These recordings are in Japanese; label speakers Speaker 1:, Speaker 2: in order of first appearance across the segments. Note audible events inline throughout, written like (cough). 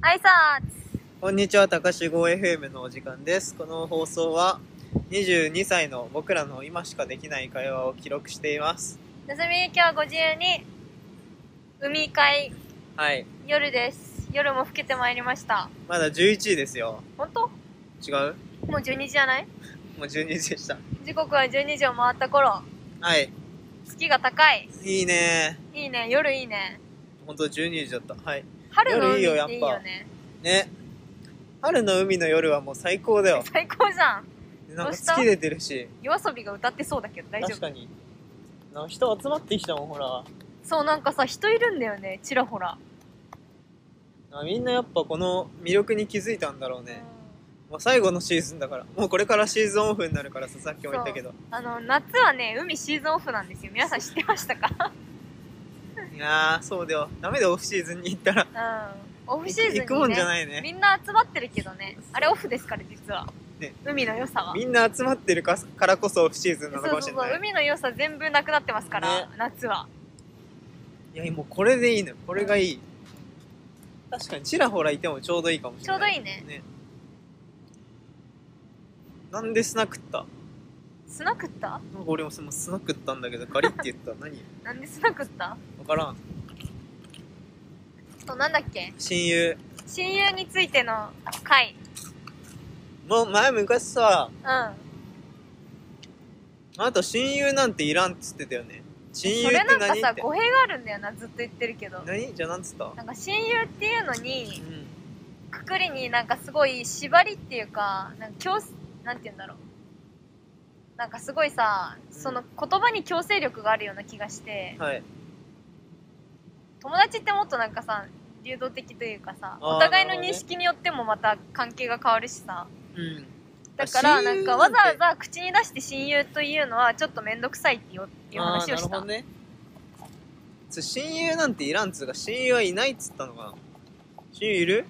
Speaker 1: 挨拶
Speaker 2: こんにちは、高志号 FM のお時間です。この放送は、22歳の僕らの今しかできない会話を記録しています。
Speaker 1: なずみ今日は52海海
Speaker 2: はい。
Speaker 1: 夜です夜も更けてまいりました
Speaker 2: まだ11時ですよ。
Speaker 1: 本当
Speaker 2: 違う
Speaker 1: もう12時じゃない
Speaker 2: もう12時でした。
Speaker 1: 時刻は12時を回った頃
Speaker 2: はい。
Speaker 1: 月が高い
Speaker 2: いいね
Speaker 1: いいね夜いいね
Speaker 2: ほんと12時だった。はい。
Speaker 1: 春の海
Speaker 2: 夜
Speaker 1: っ
Speaker 2: い
Speaker 1: て
Speaker 2: い
Speaker 1: いい
Speaker 2: よやっぱ
Speaker 1: よね
Speaker 2: ね。春の海の夜はもう最高だよ。
Speaker 1: (laughs) 最高じゃん
Speaker 2: なん
Speaker 1: どう
Speaker 2: か
Speaker 1: した
Speaker 2: 月出てるし。
Speaker 1: 夜遊びが歌ってそうだけど大丈
Speaker 2: 確
Speaker 1: 夫
Speaker 2: かに。なんか人集まってきたもん、ほら。
Speaker 1: そうなんかさ人いるんだよねちらほら、
Speaker 2: あみんなやっぱこの魅力に気づいたんだろうね。
Speaker 1: う
Speaker 2: もう最後のシーズンだから。もうこれからシーズンオフになるからさ、さっきも言ったけど。
Speaker 1: んあの夏はね海シーズンオフなんですよ皆さん知ってましたか
Speaker 2: いやー、そうだよ。ダメだ、オフシーズンに行ったら。
Speaker 1: うんオフシーズンに、ね、
Speaker 2: 行くもんじゃないね。
Speaker 1: みんな集まってるけどねあれオフですから実は、
Speaker 2: ね
Speaker 1: 海の良さは
Speaker 2: みんな集まってるかからこそオフシーズンな
Speaker 1: そ
Speaker 2: の
Speaker 1: う
Speaker 2: か
Speaker 1: そ
Speaker 2: も
Speaker 1: う
Speaker 2: し
Speaker 1: そ
Speaker 2: れな
Speaker 1: う
Speaker 2: い。
Speaker 1: 海の良さ全部なくなってますから、
Speaker 2: ね
Speaker 1: 夏はい
Speaker 2: や、もうこれでいいのよ。これがいい。確かに、ちらほらいてもちょうどいいかもし
Speaker 1: ちょ
Speaker 2: れ
Speaker 1: うど
Speaker 2: ない。
Speaker 1: いいね
Speaker 2: ね。なんで砂食った
Speaker 1: 砂食った
Speaker 2: なんか俺もその砂食ったんだけど、ガリって
Speaker 1: (laughs)
Speaker 2: 言った。何
Speaker 1: なんで砂食った
Speaker 2: わからん。
Speaker 1: そうなんだっけ
Speaker 2: 親友。
Speaker 1: 親友についての回
Speaker 2: もう前昔さ、
Speaker 1: うん
Speaker 2: あなた親友なんていらんっつってたよね。親友
Speaker 1: そ
Speaker 2: って
Speaker 1: れなんか
Speaker 2: 何
Speaker 1: さ
Speaker 2: って。
Speaker 1: 語弊があるんだよなずっと言ってるけど
Speaker 2: 何じゃあなんつった
Speaker 1: なんか親友っていうの
Speaker 2: う
Speaker 1: に
Speaker 2: ん。
Speaker 1: くくりになんかすごい縛りっていうかなんか強制なんて言うんだろうなんかすごいさその言葉に強制力があるような気がして、
Speaker 2: はい。
Speaker 1: 友達ってもっとなんかさ流動的というかさ
Speaker 2: あー
Speaker 1: お互いの
Speaker 2: なるほ
Speaker 1: 認
Speaker 2: どね
Speaker 1: 識によってもまた関係が変わるしさ
Speaker 2: うん。
Speaker 1: だから
Speaker 2: あ
Speaker 1: なんかわざわざ口に出して親友というのはちょっと面倒くさいっていういう話をし
Speaker 2: あーなるほ
Speaker 1: た、
Speaker 2: どねつ親友なんていらんっつうか親友はいないっつったのかな親友いる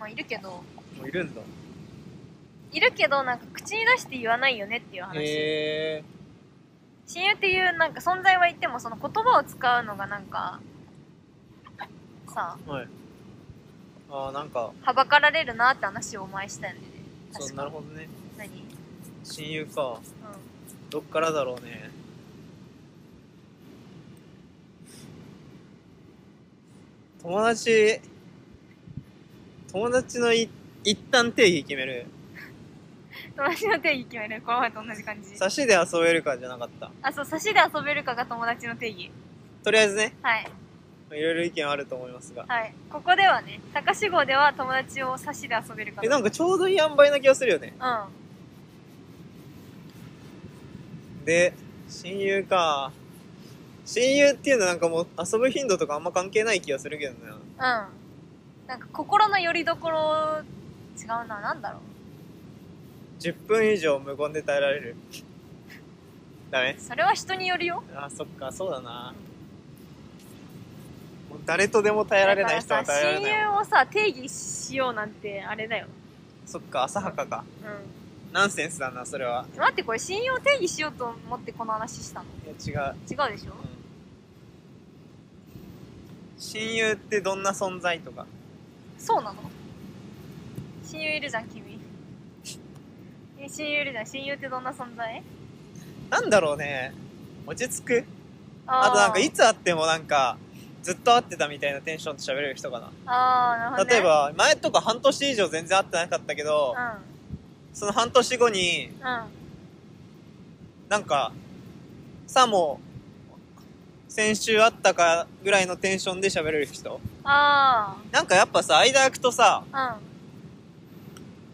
Speaker 1: まあいるけど
Speaker 2: もういるんだ
Speaker 1: いるけどなんか口に出して言わないよねっていう話
Speaker 2: へえ
Speaker 1: 親友っていうなんか存在はいてもその言葉を使うのがなんかさ
Speaker 2: はいああなんか
Speaker 1: はばかられるなって話をお前したよね
Speaker 2: そう
Speaker 1: 確
Speaker 2: な
Speaker 1: か
Speaker 2: るほどね
Speaker 1: 何、うん、
Speaker 2: 親友かどっからだろうね友達友達のい一旦定義決める
Speaker 1: 友達の定義決めるこの前と同じ感じ
Speaker 2: 差しで遊べるかじゃなかった
Speaker 1: あそう差しで遊べるかが友達の定義
Speaker 2: とりあえずね
Speaker 1: はい
Speaker 2: いろいろ意見あると思いますが
Speaker 1: はいここではね高志号では友達を差しで遊べるか
Speaker 2: えなんかちょうどいい塩梅な気がするよね
Speaker 1: うん
Speaker 2: で親友か親友っていうのはなんかもう遊ぶ頻度とかあんま関係ない気がするけどな
Speaker 1: うんなんか心の拠り所違うななんだろう
Speaker 2: 10分以上無言で耐えられるダメ
Speaker 1: それは人によるよ
Speaker 2: あそっかそうだなもう誰とでも耐えられない人は
Speaker 1: だから
Speaker 2: 耐え
Speaker 1: さ
Speaker 2: られない
Speaker 1: 親友をさ定義しようなんてあれだよ
Speaker 2: そっか浅はかか
Speaker 1: う
Speaker 2: ナンセンスだなそれは
Speaker 1: ん待ってこれ親友を定義しようと思ってこの話したの
Speaker 2: いや違う、
Speaker 1: 違うでしょ
Speaker 2: うん、親友ってどんな存在とか
Speaker 1: そうなの親友いるじゃん君え親友いるじゃん親友ってどんな存在
Speaker 2: なんだろうね落ち着く
Speaker 1: あー
Speaker 2: あとなんかいつ会ってもなんかずっと会ってたみたいなテンションで喋れる人かな、
Speaker 1: あーなるほど、ね、
Speaker 2: 例えば前とか半年以上全然会ってなかったけど、
Speaker 1: う
Speaker 2: その半年後に
Speaker 1: んうん
Speaker 2: なんかさも先週会ったかぐらいのテンションで喋れる人
Speaker 1: あ
Speaker 2: なんかやっぱさ間空くとさ
Speaker 1: あ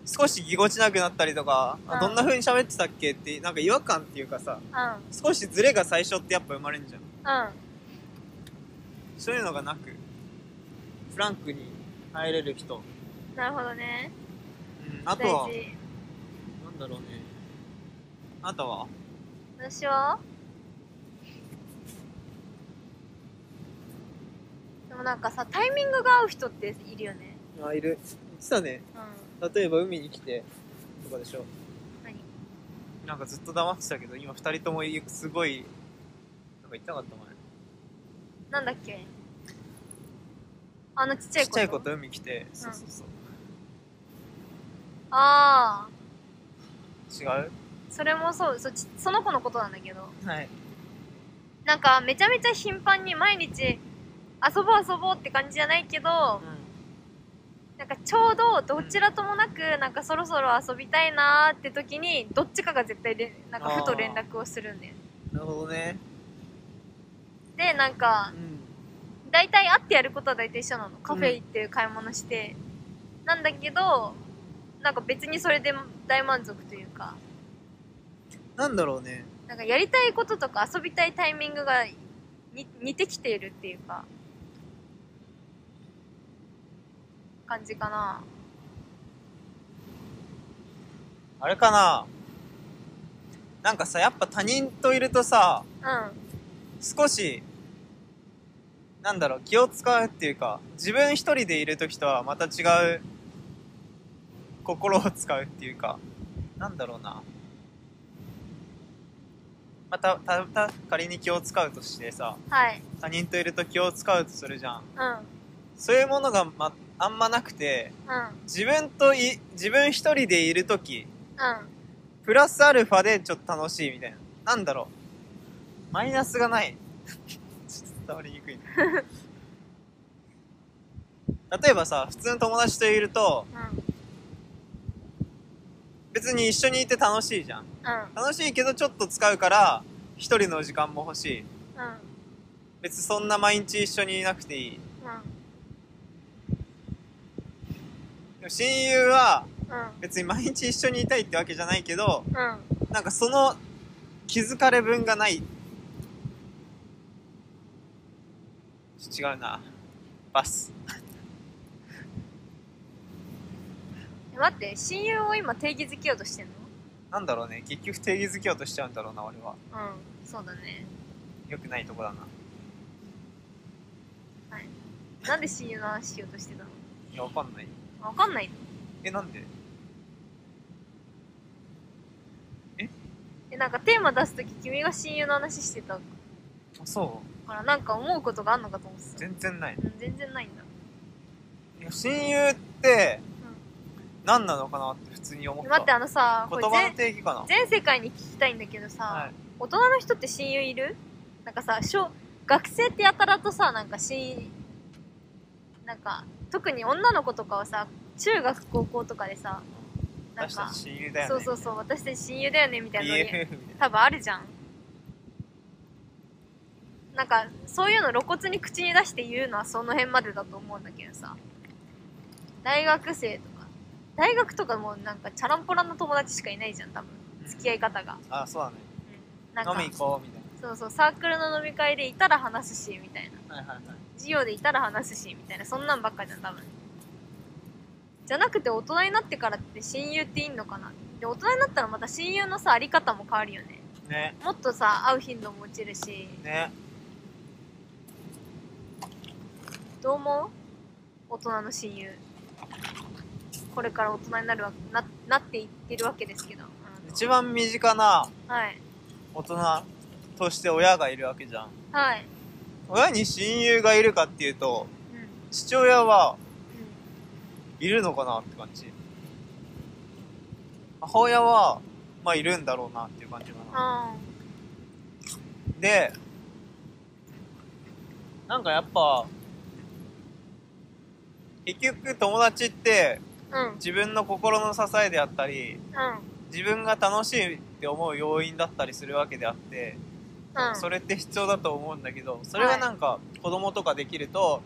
Speaker 2: 少しぎこちなくなったりとか、あ
Speaker 1: うん
Speaker 2: どんな風に喋ってたっけってなんか違和感っていうかさ
Speaker 1: うんうん
Speaker 2: 少しズレが最初ってやっぱ生まれんじゃん
Speaker 1: うん
Speaker 2: そういうのがなくフランクに入れる人、うん、
Speaker 1: なるほどね
Speaker 2: あと
Speaker 1: 大
Speaker 2: は
Speaker 1: 事
Speaker 2: なんだろうね。あとは
Speaker 1: 私はでもなんかさタイミングが合う人っているよね
Speaker 2: あ、いる。実はね、
Speaker 1: うん
Speaker 2: 例えば海に来て、とかでしょ。
Speaker 1: 何
Speaker 2: なんかずっと黙ってたけど、今二人ともすごい、なんか言ってなかったお前。
Speaker 1: なんだっけあのちっちゃ
Speaker 2: ち
Speaker 1: い
Speaker 2: っ
Speaker 1: 子
Speaker 2: ちゃい子と海来て、そうそうそう。
Speaker 1: ああ
Speaker 2: 違う
Speaker 1: それもそうそちその子のことなんだけど
Speaker 2: はい。
Speaker 1: なんかめちゃめちゃ頻繁に毎日遊ぼう遊ぼうって感じじゃないけどなんかちょうどどちらともなくなんかそろそろ遊びたいなーって時にどっちかが絶対れなんかふと連絡をするんだよ
Speaker 2: なるほどね。
Speaker 1: でなん
Speaker 2: う
Speaker 1: か
Speaker 2: ん。
Speaker 1: 大体会ってやることは大体一緒なのカフェ行って買い物して、なんだけどなんか別にそれで大満足というか
Speaker 2: なんだろうね。
Speaker 1: なんかやりたいこととか遊びたいタイミングがに似てきているっていうか感じかな
Speaker 2: あれかななんかさ、やっぱ他人といるとさ、
Speaker 1: う
Speaker 2: 少し、なんだろう、気を使うっていうか、自分一人でいる時とはまた違う、心を使うっていうか、なんだろうな。また、た、た、仮に気を使うとしてさ、
Speaker 1: んはい
Speaker 2: 他人といると気を使うとするじゃん。
Speaker 1: うん
Speaker 2: そういうものがま、あんまなくて、
Speaker 1: うん
Speaker 2: 自分とい、自分一人でいる時、
Speaker 1: うん
Speaker 2: プラスアルファでちょっと楽しいみたいな。なんだろう。マイナスがない。 (laughs) ちょっと伝わりにくいな。例えばさ、普通の友達といると、
Speaker 1: うん
Speaker 2: 別に一緒にいて楽しいじゃ
Speaker 1: う
Speaker 2: ん。
Speaker 1: ん
Speaker 2: 楽しいけどちょっと使うから、一人の時間も欲しい。
Speaker 1: うん
Speaker 2: 別にそんな毎日一緒にいなくていい。でも親友は、
Speaker 1: う
Speaker 2: 別に毎日一緒にいたいってわけじゃないけど、
Speaker 1: んうん
Speaker 2: なんかその気づかれ分がない。違うな。バス。
Speaker 1: え待って親友を今定義づけようとしてんの
Speaker 2: なんだろうね。結局定義づけようとしちゃうんだろうな、俺は。
Speaker 1: うんそうだね
Speaker 2: 良くないとこだな。
Speaker 1: なんで親友の話しようとしてたの
Speaker 2: いや、わかんない。
Speaker 1: わかんないの
Speaker 2: え、なんで
Speaker 1: えなんかテーマ出す時君が親友の話してたか
Speaker 2: あそう。
Speaker 1: らなんか思うことがあんのかと思ってた
Speaker 2: 全然ない。
Speaker 1: うん全然ないんだ
Speaker 2: いや親友って、何なのかなって普通に思っ
Speaker 1: え
Speaker 2: た。
Speaker 1: 待ってあのさこれ
Speaker 2: 言葉の定義かな。
Speaker 1: 全全世界に聞きたいんだけどさ、
Speaker 2: はい。
Speaker 1: 大人の人って親友いるなんかさ小学生ってやたらとさなんか親なんか特に女の子とかはさ中学高校とかでさなん
Speaker 2: 私た
Speaker 1: か
Speaker 2: ち親友だよね。
Speaker 1: そうそうそう私たち親友だよねみたいなの
Speaker 2: BFF みたいな。
Speaker 1: 多分あるじゃんなんかそういうの露骨に口に出して言うのはその辺までだと思うんだけどさ大学生とか大学とかもうなんかチャランポランの友達しかいないじゃん多分付き合い方が、
Speaker 2: あ、そうだね。
Speaker 1: うん、なんか
Speaker 2: 飲み行こう、みたい
Speaker 1: そうそうサークルの飲み会でいたら話すしみたいな
Speaker 2: な。はいはいはい。
Speaker 1: 授業でいたら話すしみたいなそんなんばっかじゃん多分じゃなくて大人になってからって親友っていいのかなで大人になったらまた親友のさあり方も変わるよね
Speaker 2: ね。
Speaker 1: もっとさ会う頻度も落ちるし
Speaker 2: ね。
Speaker 1: どう思う大人の親友これから大人になるわななっていってるわけですけど、うん
Speaker 2: 一番身近な
Speaker 1: はい
Speaker 2: 大人として親がいるわけじゃん
Speaker 1: はい
Speaker 2: 親に親友がいるかっていうと
Speaker 1: うんうん
Speaker 2: 父親はいるのかなって感じ母親はまあいるんだろうなっていう感じかな
Speaker 1: あ
Speaker 2: でなんかやっぱ結局友達って
Speaker 1: ーうん
Speaker 2: 自分の心の支えであったり
Speaker 1: う
Speaker 2: 自分が楽しいって思う要因だったりするわけであって、
Speaker 1: んうん
Speaker 2: それって必要だと思うんだけどそれがなんか子供とかできると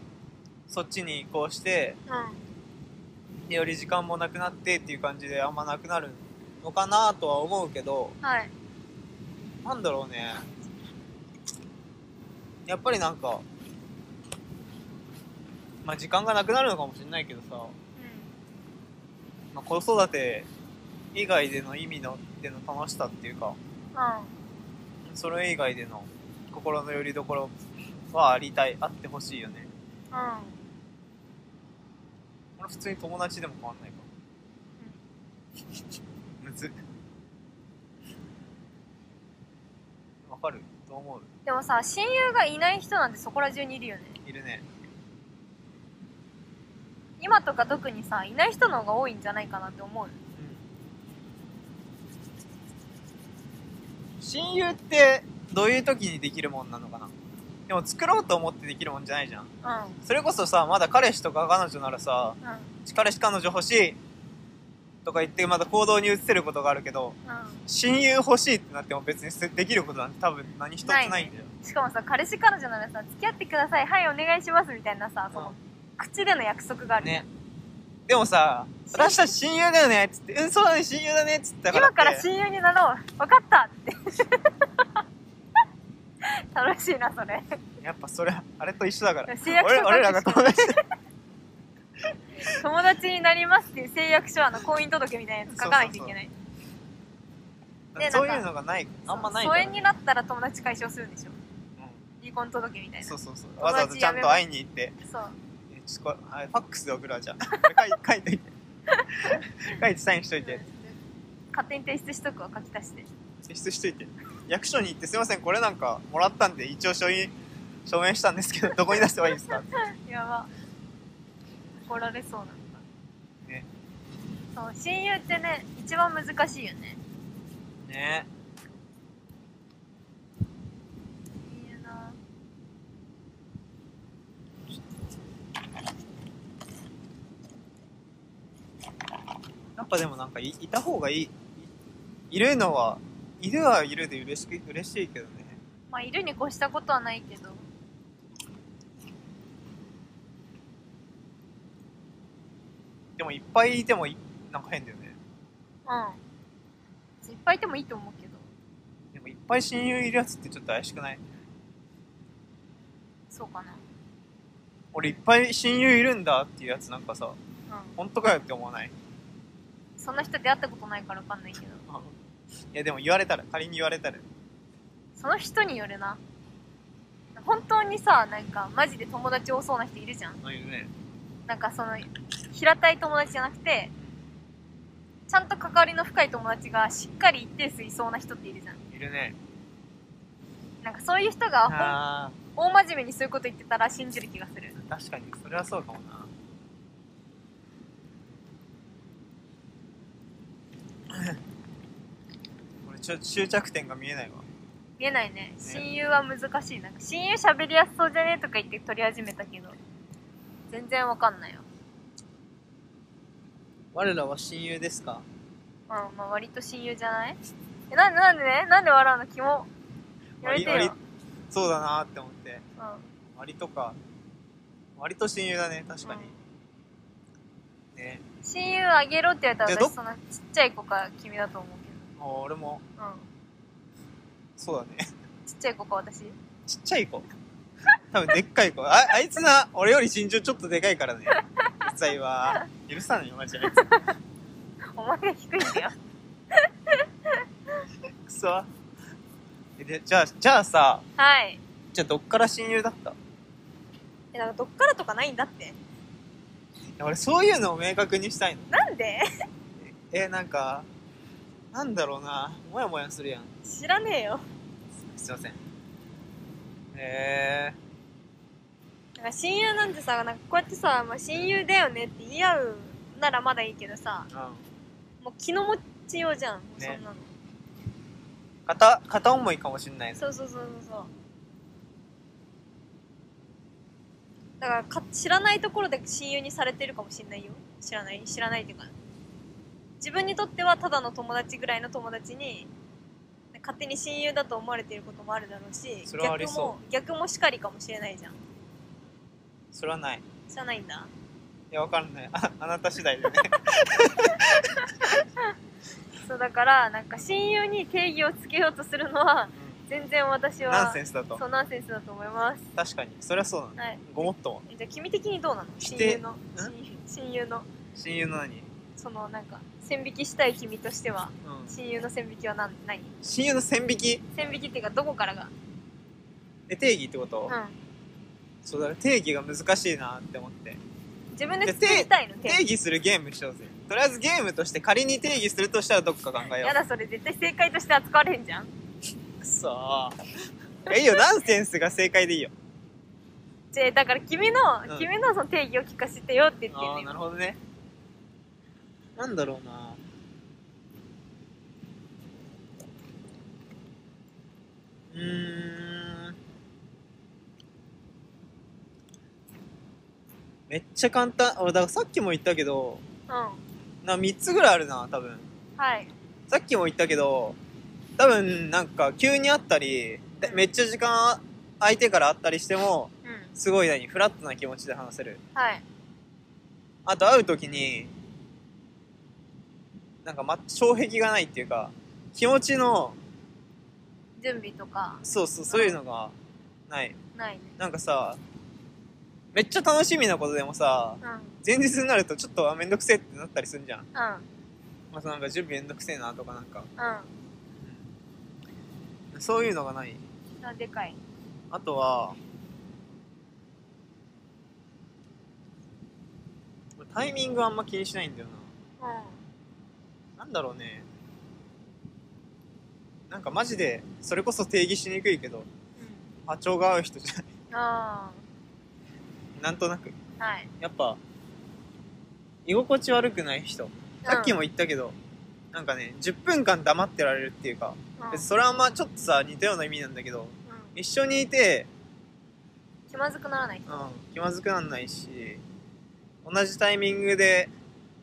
Speaker 2: そっちに移行して
Speaker 1: う
Speaker 2: でより時間もなくなってっていう感じであんまなくなるのかなとは思うけど
Speaker 1: んはい
Speaker 2: なんだろうねやっぱりなんかまあ時間がなくなるのかもしれないけどさ、まあ子育て以外での意味のでの楽しさっていうか
Speaker 1: うんうん
Speaker 2: それ以外での心の拠り所はありたいあってほしいよね
Speaker 1: うん
Speaker 2: 俺普通に友達でも変わんないかむずっわかるどう思う
Speaker 1: でもさ親友がいない人なんてそこら中にいるよね
Speaker 2: いるね
Speaker 1: 今とか特にさいない人の方が多いんじゃないかなって思う
Speaker 2: 親友ってどういう時にできるもんなのかなでも作ろうと思ってできるもんじゃないじゃん
Speaker 1: うんうん
Speaker 2: それこそさまだ彼氏とか彼女ならさ彼氏彼女欲しいとか言ってまた行動に移せることがあるけど
Speaker 1: う
Speaker 2: 親友欲しいってなっても別にすできることなんて多分何一つないんだよ、
Speaker 1: んしかもさ彼氏彼女ならさ付き合ってくださいはいお願いしますみたいなさその口での約束がある
Speaker 2: ねでもさ私たち親友だよねっつってうんそうだね親友だねっつったから
Speaker 1: 今
Speaker 2: って
Speaker 1: から親友になろう分かったって (laughs) 楽しいなそれ
Speaker 2: やっぱそれあれと一緒だから
Speaker 1: 制約
Speaker 2: 俺
Speaker 1: 書
Speaker 2: 俺らが友達だ
Speaker 1: 友達になりますっていう誓約書あの婚姻届みたいなやつ書かないといけないね
Speaker 2: そう
Speaker 1: ないん
Speaker 2: う
Speaker 1: か
Speaker 2: のがないあんまない
Speaker 1: そ
Speaker 2: か
Speaker 1: う疎
Speaker 2: ら、
Speaker 1: 遠になったら友達解消するんでしょ
Speaker 2: う
Speaker 1: 離婚届みたい
Speaker 2: ん、
Speaker 1: な
Speaker 2: そ
Speaker 1: そう
Speaker 2: うそうそう
Speaker 1: 友達
Speaker 2: わざわざちゃんと会いに行ってえちょこあれファックスで送る
Speaker 1: (laughs)
Speaker 2: わじゃあ書い書いといて書いてサインしといて
Speaker 1: 勝手に提出しとくわ書き足して
Speaker 2: 提出しといて役所に行って「すいませんこれなんかもらったんで一応署印署名したんですけどどこに出せばいいですか?」
Speaker 1: (laughs) やば怒られそうなんだ
Speaker 2: ね
Speaker 1: そう親友ってね一番難しいよね
Speaker 2: ね
Speaker 1: 親友な
Speaker 2: やっぱでもなんかいいた方がいいいいるのはいるはいるで嬉しく嬉しいけどね
Speaker 1: まあいるに越したことはないけど
Speaker 2: でもいっぱいいてもいなんか変だよね
Speaker 1: うんいっぱいいてもいいと思うけど
Speaker 2: でもいっぱい親友いるやつってちょっと怪しくない
Speaker 1: そうかな
Speaker 2: 俺いっぱい親友いるんだっていうやつなんかさ
Speaker 1: うん
Speaker 2: 本当かよって思わない (laughs)
Speaker 1: そんな人出会ったことないから分かんないけど
Speaker 2: いやでも言われたら仮に言われたら
Speaker 1: その人によるな本当にさなんかマジで友達多そうな人いるじゃん
Speaker 2: あいるね
Speaker 1: なんかその平たい友達じゃなくてちゃんと関わりの深い友達がしっかり一定数いそうな人っているじゃん
Speaker 2: いるね
Speaker 1: なんかそういう人が
Speaker 2: あ
Speaker 1: ほん大真面目にそういうこと言ってたら信じる気がする
Speaker 2: ー確かにそれはそうかもな (laughs) 俺ちょ終着点が見えないわ
Speaker 1: 見えないね親友は難しいなんか親友喋りやすそうじゃねとか言って取り始めたけど全然わかんないよ
Speaker 2: 我らは親友ですか
Speaker 1: うんまあ割と親友じゃないえなんでなんでねなんで笑うのキモやめて
Speaker 2: 割
Speaker 1: よ
Speaker 2: 割、そうだなって思って
Speaker 1: うん
Speaker 2: 割とか割と親友だね確かに、ね
Speaker 1: 親友あげろって言われ
Speaker 2: で
Speaker 1: たら
Speaker 2: ど
Speaker 1: 私そのちっちゃい子か君だと思う
Speaker 2: あ俺も
Speaker 1: けどうん
Speaker 2: そうだね (laughs)
Speaker 1: ちっちゃい子か私 (laughs)
Speaker 2: ちっちゃい子多分でっかい子ああいつな俺より身長ちょっとでかいからね実際は許さないよマジであいつく
Speaker 1: お前が低いんだよ
Speaker 2: そえでじゃあじゃあさ
Speaker 1: はい
Speaker 2: じゃあどっから親友だったい
Speaker 1: えだからどっからとかないんだって
Speaker 2: や俺そういうのを明確にしたいの
Speaker 1: なんで (laughs)
Speaker 2: えなんかなんだろうなモヤモヤするやん
Speaker 1: 知らねえよ
Speaker 2: すいませんえ
Speaker 1: なんか親友なんてさなんかこうやってさ、まあ、親友だよねって言い合うならまだいいけどさ
Speaker 2: ー、うん
Speaker 1: もう気の持ちようじゃんもうそん
Speaker 2: ね
Speaker 1: なの、
Speaker 2: 片片思いかもしんない
Speaker 1: そうそうそうそうそうだからか知らないところで親友にされてるかもしんないよ知らない知らないっていうか自分にとってはただの友達ぐらいの友達に勝手に親友だと思われていることもあるだろうし
Speaker 2: それはあり
Speaker 1: 逆も
Speaker 2: そ
Speaker 1: 逆もしかりかもしれないじゃん
Speaker 2: それはない
Speaker 1: 知らないんだ
Speaker 2: いやわかんないああなた次第でね
Speaker 1: (laughs) そうだからなんか親友に定義をつけようとするのは全然私は
Speaker 2: ナンセンスだと
Speaker 1: そうナンセンスだと思います
Speaker 2: 確かにそれはそうなの
Speaker 1: はい
Speaker 2: ごもっとも
Speaker 1: えじゃあ君的にどうなの
Speaker 2: 否
Speaker 1: 親
Speaker 2: 定
Speaker 1: 友の親親友の
Speaker 2: 親友の何、うん、
Speaker 1: そのなんか線引きしたい君としては親友の線引きは何何
Speaker 2: 親友の線引き
Speaker 1: 線引きっていうかどこからが
Speaker 2: で定義ってこと、
Speaker 1: うん
Speaker 2: そうだね定義が難しいなって思って
Speaker 1: 自分で作りたいの手
Speaker 2: 定義するゲームしようぜとりあえずゲームとして仮に定義するとしたらどっか考えよ
Speaker 1: やだそれ絶対正解として扱われへんじゃん
Speaker 2: うくそーいやいいよナンセンスが正解でいいよ
Speaker 1: じゃあだから君の、
Speaker 2: うん
Speaker 1: 君のその定義を聞かせてよって言って
Speaker 2: あ
Speaker 1: ん
Speaker 2: あ
Speaker 1: ね
Speaker 2: なるほどねなんだろうなうーんめっちゃ簡単俺だからさっきも言ったけど
Speaker 1: う
Speaker 2: な3つぐらいあるな多分
Speaker 1: んはい
Speaker 2: さっきも言ったけど多分なんか急に会ったりでめっちゃ時間相手から会ったりしても
Speaker 1: うん
Speaker 2: すごい何フラットな気持ちで話せる
Speaker 1: はい
Speaker 2: あと会う時になんか、ま、障壁がないっていうか気持ちの
Speaker 1: 準備とか
Speaker 2: そうそうそういうのがない
Speaker 1: ないね
Speaker 2: なんかさめっちゃ楽しみなことでもさ
Speaker 1: うんうん
Speaker 2: 前日になるとちょっとあめんどくせえってなったりするじゃん、まあ、そうなんか準備めんどくせえなとかなんか、うんそういうのがない
Speaker 1: うんあでかい
Speaker 2: あとは俺タイミングあんま気にしないんだよな
Speaker 1: う
Speaker 2: なんだろうね。なんかマジで、それこそ定義しにくいけど、
Speaker 1: ん
Speaker 2: 波長が合う人じゃない。 (laughs)
Speaker 1: うんあ
Speaker 2: なんとなく。
Speaker 1: あはい
Speaker 2: やっぱ、居心地悪くない人。さっきも言ったけど、なんかね、10分間黙ってられるっていうか、
Speaker 1: うん、うん
Speaker 2: 別にそれはまあちょっとさ、似たような意味なんだけど、
Speaker 1: う
Speaker 2: 一緒にいて、
Speaker 1: ん、気まずくならない
Speaker 2: うん、気まずくなんないし、同じタイミングで、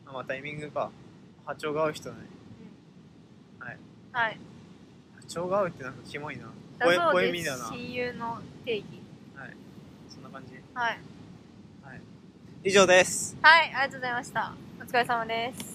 Speaker 2: あまあタイミングか、波長が合う人ね。
Speaker 1: うん
Speaker 2: はい
Speaker 1: はい
Speaker 2: 波長が合うってなんかキモいな。
Speaker 1: だそう
Speaker 2: 声
Speaker 1: で
Speaker 2: み
Speaker 1: す
Speaker 2: だな。
Speaker 1: 親友の定義
Speaker 2: そんな感じ。
Speaker 1: はい
Speaker 2: 以上です。
Speaker 1: はいありがとうございましたお疲れ様です